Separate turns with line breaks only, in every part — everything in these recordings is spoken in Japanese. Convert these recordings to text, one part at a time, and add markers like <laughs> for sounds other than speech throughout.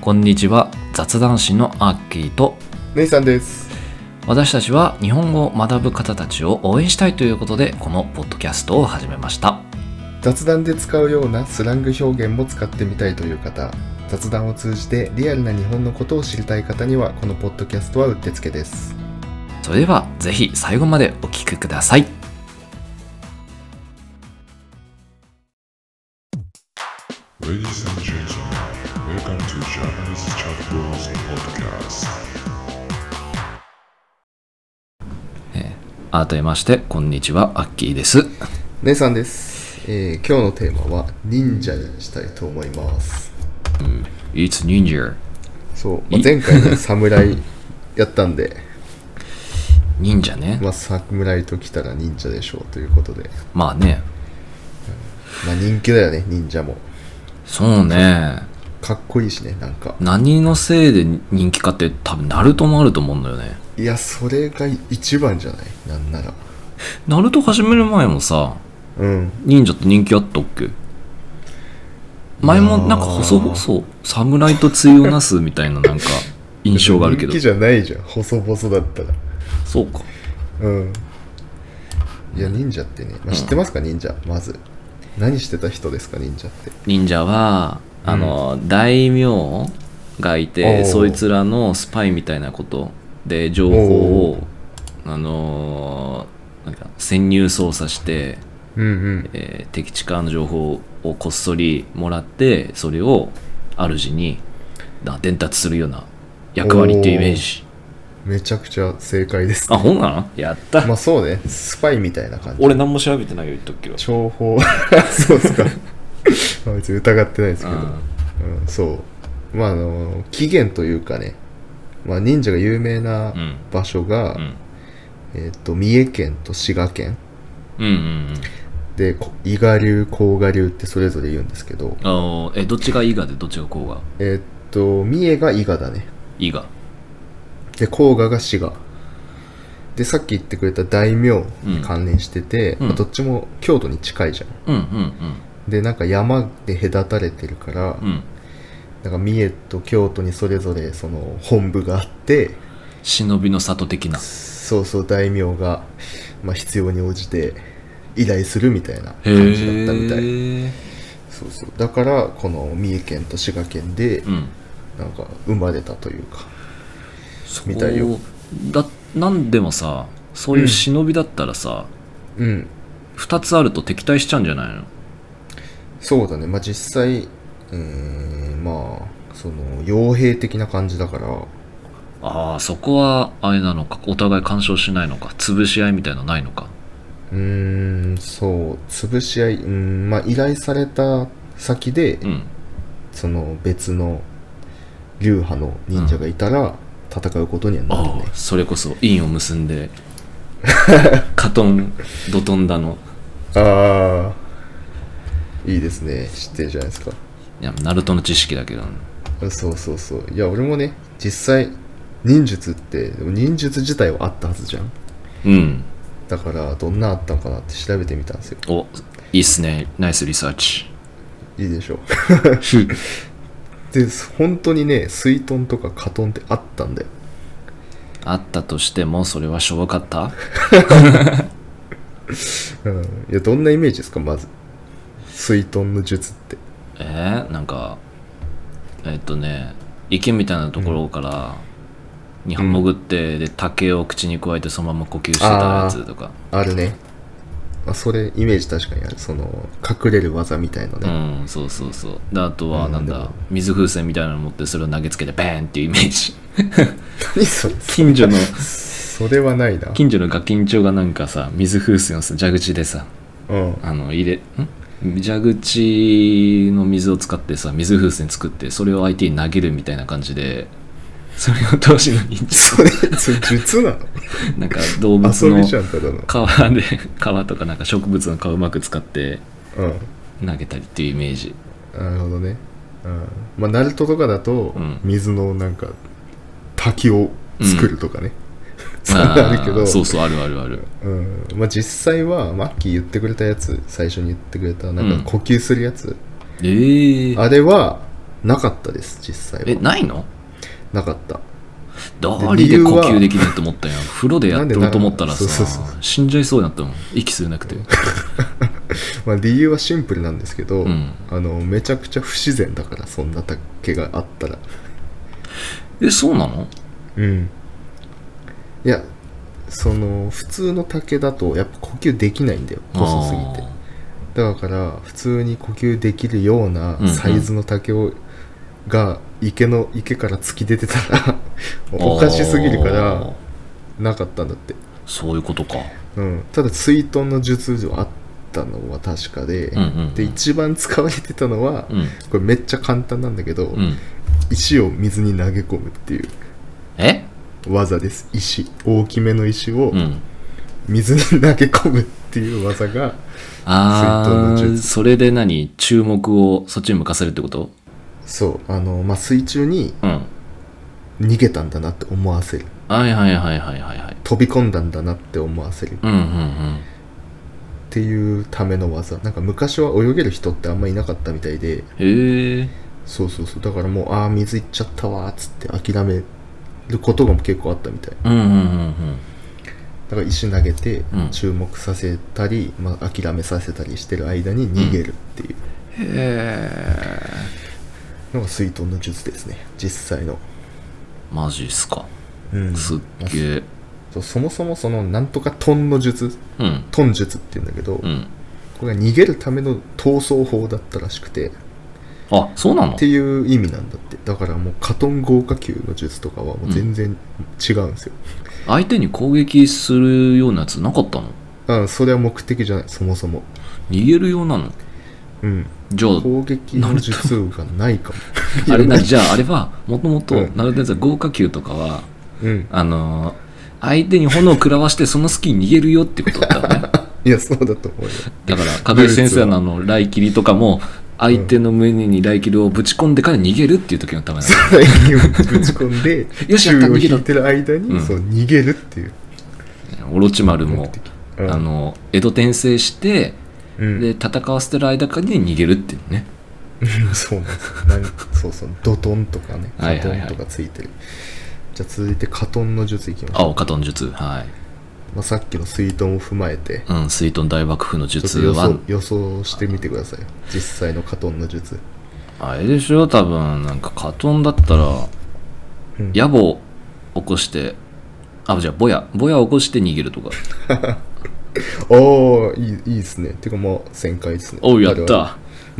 こんにちは雑談師のアッキーと
ネイさんです。
私たちは日本語を学ぶ方たちを応援したいということでこのポッドキャストを始めました
雑談で使うようなスラング表現も使ってみたいという方、雑談を通じてリアルな日本のことを知りたい方には、このポッドキャストはうってつけです。
それではぜひ最後までお聞きください
Ladies and gentlemen, welcome to Japanese Chat Bros Podcast.
改めましてこんにちはアッキーです
ネイさんです。えー今日のテーマは忍者にしたいと思います。
It's Ninja
そう、まあ前回ね、 <laughs> 侍やったんで、
忍者ね
まあ侍と来たら忍者でしょうということで、
まあね
まあ人気だよね、忍者も。
そうね
かっこいいしね、なんか。
何のせいで人気かって多分ナルトもあると思うんだよね
いや、それが一番じゃないなんなら。
ナルト始める前もさ
うん。
忍者って人気あったっけ前もなんか細々侍と対をなすみたいな <laughs> なんか印象があるけど
人気じゃないじゃん細々だったら
そうか
うんいや忍者ってね、まあ、知ってますか、忍者まず何してた人ですか忍者って
忍者はあの、大名がい
お
て
う
そいつらのスパイみたいなことで情報をあのーなんか潜入捜査して、
うんうん
えー敵地からの情報をこっそりもらってそれを主にな伝達するような役割っていうイメージ
めちゃくちゃ正解です、
あほんなのやった、
まあそうねスパイみたいな感じ
俺何も調べてないよ言っとくけど
情報 <laughs> そうですかまあ別に疑ってないですけど、うんそうまああの起源というかね、まあ、忍者が有名な
うん
場所が、
うん
えっ、と三重県と滋賀県
うんうんうん
でこ伊賀流甲賀流ってそれぞれ言うんですけど
あのえどっちが伊賀でどっちが甲賀
えーっと三重が伊賀だね
伊賀
で甲賀が滋賀でさっき言ってくれた大名に関連してて、
うん
まあどっちも京都に近いじゃん
うんうんうん
でなんか山で隔たれてるから、
うん、
なんか三重と京都にそれぞれその本部があって
忍びの里的な
そうそう大名が、まあ、必要に応じて依頼するみたいな
へ
感じだったみたい
え、
そうそうだからこの三重県と滋賀県で
うん、
なんか生まれたというか、
そう
みたいよ
だなんでもさそういう忍びだったらさ、
うん、
二2つあると敵対しちゃうんじゃないの
そうだね、まあ、実際、うーん、まあ、その、傭兵的な感じだから、
ああそこはあれなのかお互い干渉しないのか潰し合いみたいのないのか
うーん、そう、潰し合い、うーん、まあ、依頼された先で、
うん
その、別の、流派の忍者がいたら、戦うことにはなる
あ
ね
あ。それこそ印を結ん <laughs> でカトンドトンだの
ああ、いいですね。知ってるじゃないですか。
いやナルトの知識だけど
そうそうそう。いや、俺もね、実際、忍術って、でも忍術自体はあったはずじゃん。
うん
だから、どんなあったのかなって調べてみたんですよ。
おいいっすねナイスリサー <laughs> チ
いいでしょう。で本当にね水遁とか火遁ってあったんだよ
あったとしてもそれはしょぼか <laughs> った
うんいやどんなイメージですかまず水遁の術って
えー、なんかえっとね池みたいなところからに
うん
潜って、で竹を口に加えてそのまま呼吸してたやつとか
あるねあそれイメージ確かにあるその隠れる技みたいのね、
うんそうそうそうであとは
うん
なん
で
だ
も
水風船みたいなの持ってそれを投げつけてバーンっていうイメージ
何それ
近所の
それはないな
<laughs> 近所のガキンチョがなんかさ水風船をさ蛇口でさ
うん
あの入れん蛇口の水を使ってさ水風船作ってそれを相手に投げるみたいな感じでそれを当時の忍者
それそれ術なの
なんか動 <laughs> 物
遊
の
びじゃんただの
皮で <laughs> 皮とかなんか植物の皮うまく使って
うん
投げたりっていうイメージ
なるほどねうんまあナルトとかだと、
うん
水のなんか滝を作るとかね、 <laughs> <laughs> そんなのあるけ
あー
ど
そうそうあるあるある
うんまあ、実際はマッキー言ってくれたやつ最初に言ってくれたな
うん
んか呼吸するやつ、
ええー、
あれはなかったです実際
え
は
ないの
なかった
ダリで呼吸できないと思ったんやん風呂でやっとると思ったら
なんでなそうそう
さ死んじゃいそうになったもん息吸えなくて
まあ、理由はシンプルなんですけど、
うん
あのめちゃくちゃ不自然だからそんな竹があったら
えそうなの
うんいやその普通の竹だとやっぱ呼吸できないんだよ細すぎてだから普通に呼吸できるようなサイズの竹を、が池の池から突き出てた
<laughs>
ら
あー
おかしすぎるか
あー
らなかったんだって、
そういうことか
うん、ただ水遁の術はあったのは確かで、
うんうんうん
で一番使われてたのは、
うん
これめっちゃ簡単なんだけど、
うん
石を水に投げ込むっていう
え
技です石大きめの石を
うん
水に投げ込むっていう技が、
あ
水遁の
ー
術
それで何注目をそっちに向かせるってこと
そうあの、まあ、水中に
うん
逃げたんだなって思わせる
はいはいはいはいはいはい
飛び込んだんだなって思わせるっ
うんうんうん
ていうための技なんか昔は泳げる人ってあんまいなかったみたいで
へえ
そうそうそうだからもうああ水いっちゃったわーっつって諦めることが結構あったみたい
うんうんうん
だから石投げて
うん
注目させたり、まあ、諦めさせたりしてる間に逃げるっていう
うんへえ
のが水遁の術ですね実際の、
マジっすか
うん
すっげえ
そうそもそもそのなんとか遁の術
うん
遁術っていうんだけど、
うん
これが逃げるための逃走法だったらしくてっ
あそうなの
ていう意味なんだってだからもうカトン豪華級の術とかはもう全然違うんですよ、
相手に攻撃するようなやつなかったの
あそれは目的じゃないそもそも
逃げるようなの
うん
じゃあ
攻撃の術がないかも
<laughs> あれな、じゃああれは、もともと
う、ん
ナルテンザ豪華球とかは、
うん
あのー相手に炎を食らわして、その隙に逃げるよってことだったの
<laughs>
ね。
いやそうだと
<laughs>
思うよ
だから、影井先生のあの、雷切りとかも、相手の胸に雷切りをぶち込んでから逃げるっていう時のためなの。
最近ぶち込んで
よしやった
宙を
逃げ
引
ろ
いてる間に、
うん
そう逃げるっていう
オロチマル
目
も、
的、
あ
うん、
の、江戸転生して、
うん
で、戦わせてる間からに逃げるっていうね。
<laughs> そうなんですよ何そうそうドトンとかね
は
カ
いは
ト
い
ン
はい
とかついてる、じゃあ続いてカトンの術いきましょう、
青カトン術。はい。
まあ、さっきの水遁を踏まえて
うん、水遁大爆風の
ちょっと
術
予
は
想、予想してみてください実際のカトンの術、
あれでしょ多分、なんかカトンだったら、
うん
野暮を起こしてあじゃあぼやぼやを起こして逃げるとか
おおいいいいですねてかもう旋回ですね
おうやっ
あれは
た
ま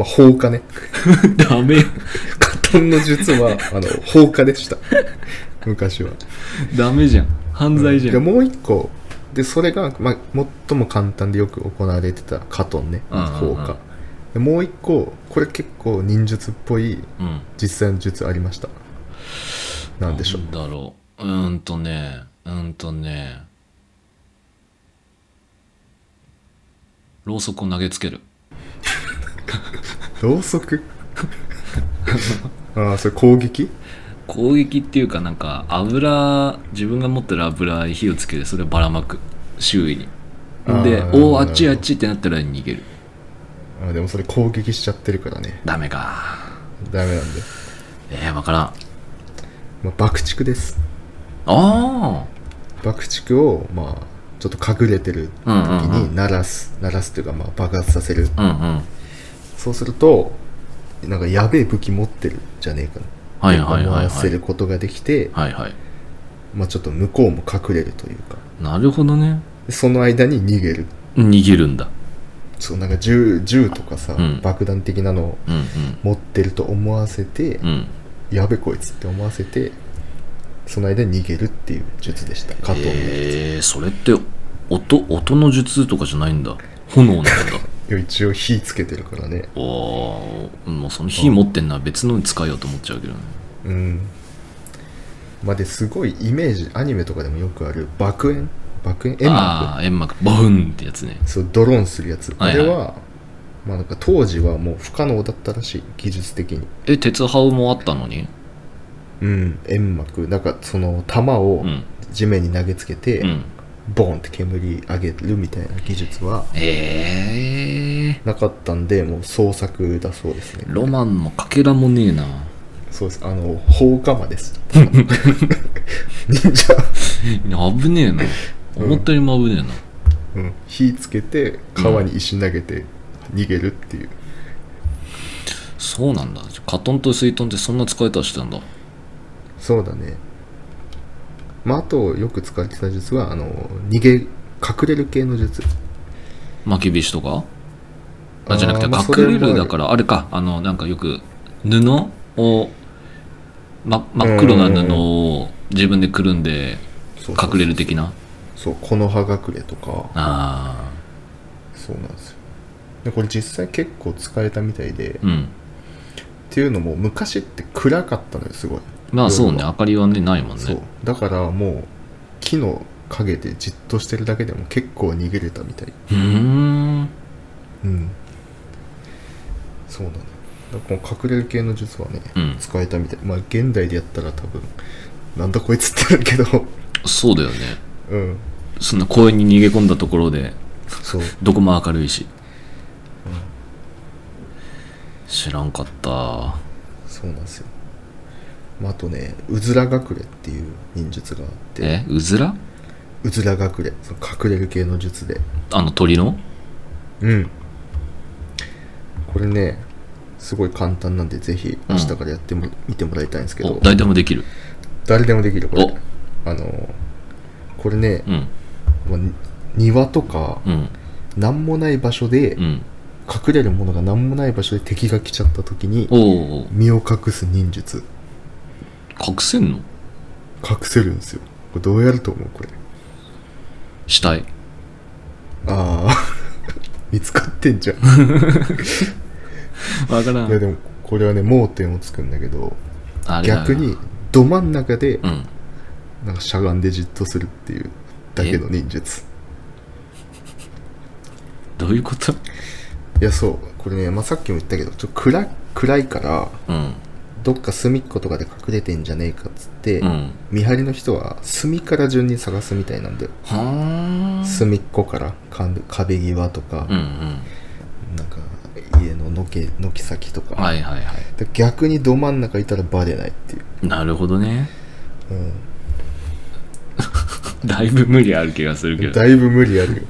あ放火ね <laughs>
ダメ
カトンの術はあの放火でした <laughs> 昔は
ダメじゃん犯罪じゃん、
でもう一個でそれが、まあ、最も簡単でよく行われてたカトンね
うんうんう
放
ん
火でもう一個これ結構忍術っぽい
うん、
実際の術ありましたなんでしょう
なんだろううーんとねうーんとねろうそくを投げつける
ろうそく <laughs> ああそれ攻撃
攻撃っていうかなんか油自分が持ってる油に火をつけてそれをばらまく周囲にで
あー
おおあっちあっちってなったら逃げる
あーでもそれ攻撃しちゃってるからね
ダメか
ダメなんで、
えー、わからんあ
まあ、爆竹です
あ
爆竹をまあちょっと隠れてる時
うんうんう
に鳴らす、鳴らすというかまあ爆発させる
ーうんうん
そうするとなんかやべえ武器持ってるじゃねえかな
はいはいはい
思わ
は
せ
い
ることができて、
はいはい
まあ、ちょっと向こうも隠れるというか
なるほどね
でその間に逃げる
逃げるんだ
そうなんか銃銃とかさ、
うん
爆弾的なのを
うん
持ってると思わせて、
うんうん
やべこいつって思わせてその間に逃げるっていう術でした加藤の、
えー、それって音音の術とかじゃないんだ炎
<laughs>
なんだ
一応火つけてるからね
おーもうその火持ってんのは別のに使えようと思っちゃうけどね
うんまあですごいイメージアニメとかでもよくある爆炎爆炎煙幕
ああー煙幕ボーンってやつね
そうドローンするやつ、
はいはい
あれはまあなんか当時はもう不可能だったらしい技術的に
え鉄ハウもあったのに
うん煙幕なんかその弾を
うん
地面に投げつけて、
うん
ボーンって煙上げるみたいな技術は
ええ
なかったんでもう創作だそうですね
ー、ロマンもかけらもねえな
そうですあの放火魔です <laughs> 忍者、
危ねえな
うん
思ったよりも危ねえな、
うん、火つけて川に石投げて逃げるっていう、
そうなんだカトンと水トンってそんな使い方してたんだ
そうだねまああとよく使ってた術はあの逃げ隠れる系の術
巻き菱とかあじゃなくて
あーまあ
隠れ
それ
る
もあ
だ
る
からあれかあのなんかよく布を、ま、真っ黒な布を自分でくるんで
そうそうそう
隠れる的な
そう木の葉隠れとか
あ
そうなんですよでこれ実際結構使えたみたいで、
あうん
っていうのも昔って暗かったのよすごい
まあそうね
夜
明かりはねないもん
そう
ね
だからもう木の陰でじっとしてるだけでも結構逃げれたみたい
うん
うんそうなのよだからこの隠れる系の術はね、
うん
使えたみたいまあ現代でやったら多分なんだこいつってなるけど <laughs>
そうだよね
うん
そんな公園に逃げ込んだところで
そう
どこも明るいし、知らんかった
そうなんですよ、まあ、あとねうずら隠れっていう忍術があって
えうずら
うずら隠れその隠れる系の術で
あの鳥の
うんこれねすごい簡単なんでぜひ明日からやっても、見てもらいたいんですけ
お
ど
誰でもできる
誰でもできるこれ
お
あのこれね
う、ん
まあに庭とか
うん
何もない場所で
うん
隠れるものが何もない場所で敵が来ちゃった時に
おお
身を隠す忍術
隠せんの
隠せるんですよこれどうやると思うこれ
死体
ああ <laughs> 見つかってんじゃん
わから
いやでもこれはね盲点をつくんだけど
あれだよ
逆にど真ん中で
うん
なんかしゃがんでじっとするっていうだけの忍術
どういうこと
いやそうこれね、まあ、さっきも言ったけどちょっと暗い暗いから
うん
どっか隅っことかで隠れてんじゃねえかっつって、
うん
見張りの人は隅から順に探すみたいなんだよ、
はあ
隅っこからか壁際とか、
うんうん
なんか家の軒軒先とか、
はいはいは
で逆にど真ん中いたらバレないっていう、
いなるほどね
うん
<laughs> だいぶ無理ある気がするけど
だいぶ無理あるよ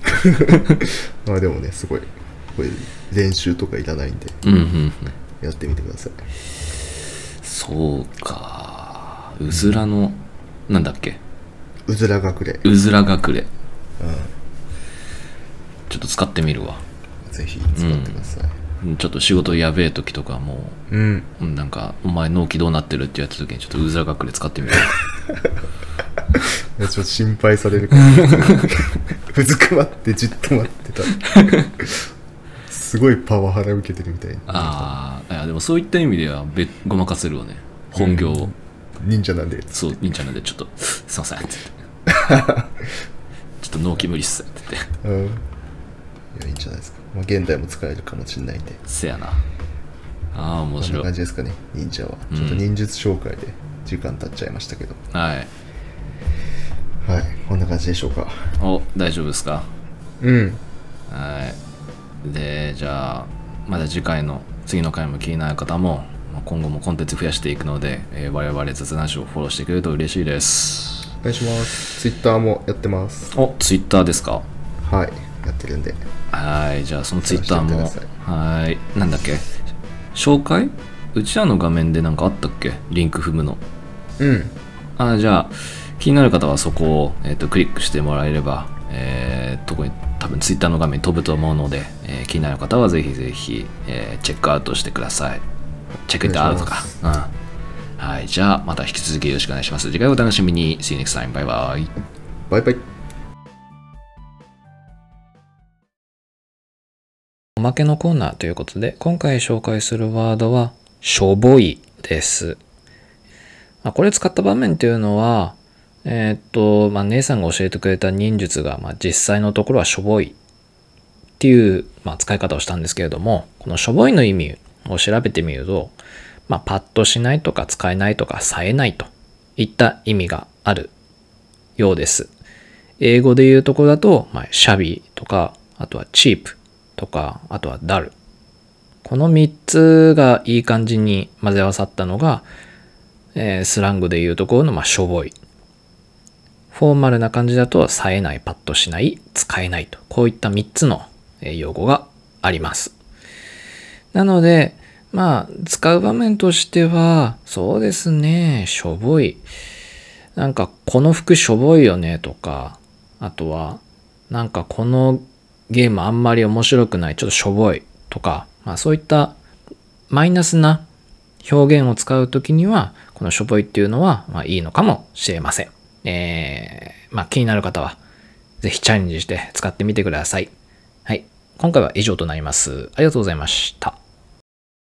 <laughs> まあでもねすごいこれ練習とかいらないんで
うんうんうん
やってみてください
そうかうずらのなんだっけ
うずら隠れ、
うずら隠れ
う
ちょっと使ってみるわ
ん、ぜひ使ってください
うんちょっと仕事やべえ時とかも
うん、
ううんなんかお前納期どうなってるって言われた時にちょっとうずら隠れ使って
<laughs>
みる
いやちょっと心配され
<laughs>
るからうずくまってじっと待っ
<laughs>
てたすごいパワハラ受けてるみたいな
ああいやでもそういった意味ではべごまかせるわね本業を、
忍者なんで
そう忍者なんでちょっと「すいませ
<laughs>
ん」って言って「ちょっと納期無理っす」って言って
うんいやいいんじゃないですか、まあ、現代も使えるかもしれないんで
「せやな」ああ面
こんな
白
感
い
じですかね忍者は
うん
ちょっと忍術紹介で時間経っちゃいましたけど、
はい
はいこんな感じでしょうか
お大丈夫ですか
うん
はいでじゃあまだ次回の次の回も気になる方もまあ今後もコンテンツ増やしていくので、えー我々雑談師をフォローしてくれると嬉しいです
お願いしますツイッターもやってます
おツイッターですか
はいやってるんで
はいじゃあそのツイッター
探
も
してみてく
はいなんだっけ紹介うちらの画面でなんかあったっけリンク踏むの
うん
あじゃあ気になる方はそこを、えー、とクリックしてもらえれば、えー特に多分ツイッターの画面に飛ぶと思うので、えー気になる方はぜひぜひ、えーチェックアウトしてくださいチェックイットアウトかうんはいじゃあまた引き続きよろしくお願いします次回お楽しみに See you next time バイバイ
バイバイ
おまけのコーナーということで、今回紹介するワードは、しょぼいです。まあ、これ使った場面というのは、えーっと、まあ、姉さんが教えてくれた忍術が、まあ、実際のところはしょぼいっていう、まあ、使い方をしたんですけれども、このしょぼいの意味を調べてみると、まあ、パッとしないとか使えないとか冴えないといった意味があるようです。英語で言うところだと、まあ、シャビーとか、あとはチープとか、あとはダル。この3つがいい感じに混ぜ合わさったのが、
えースラングで言うところの、まあ、しょぼい。フォーマルな感じだと、冴えない、パッとしない、使えないと。こういった3つのえー用語があります。なので、まあ、使う場面としては、そうですね、しょぼい。なんか、この服しょぼいよね、とか、あとは、なんかこのゲームあんまり面白くない、ちょっとしょぼい、とか、まあそういったマイナスな表現を使うときには、このしょぼいっていうのは、まあいいのかもしれません。えー、まあ気になる方は、ぜひチャレンジして使ってみてください。はい。今回は以上となります。ありがとうございました。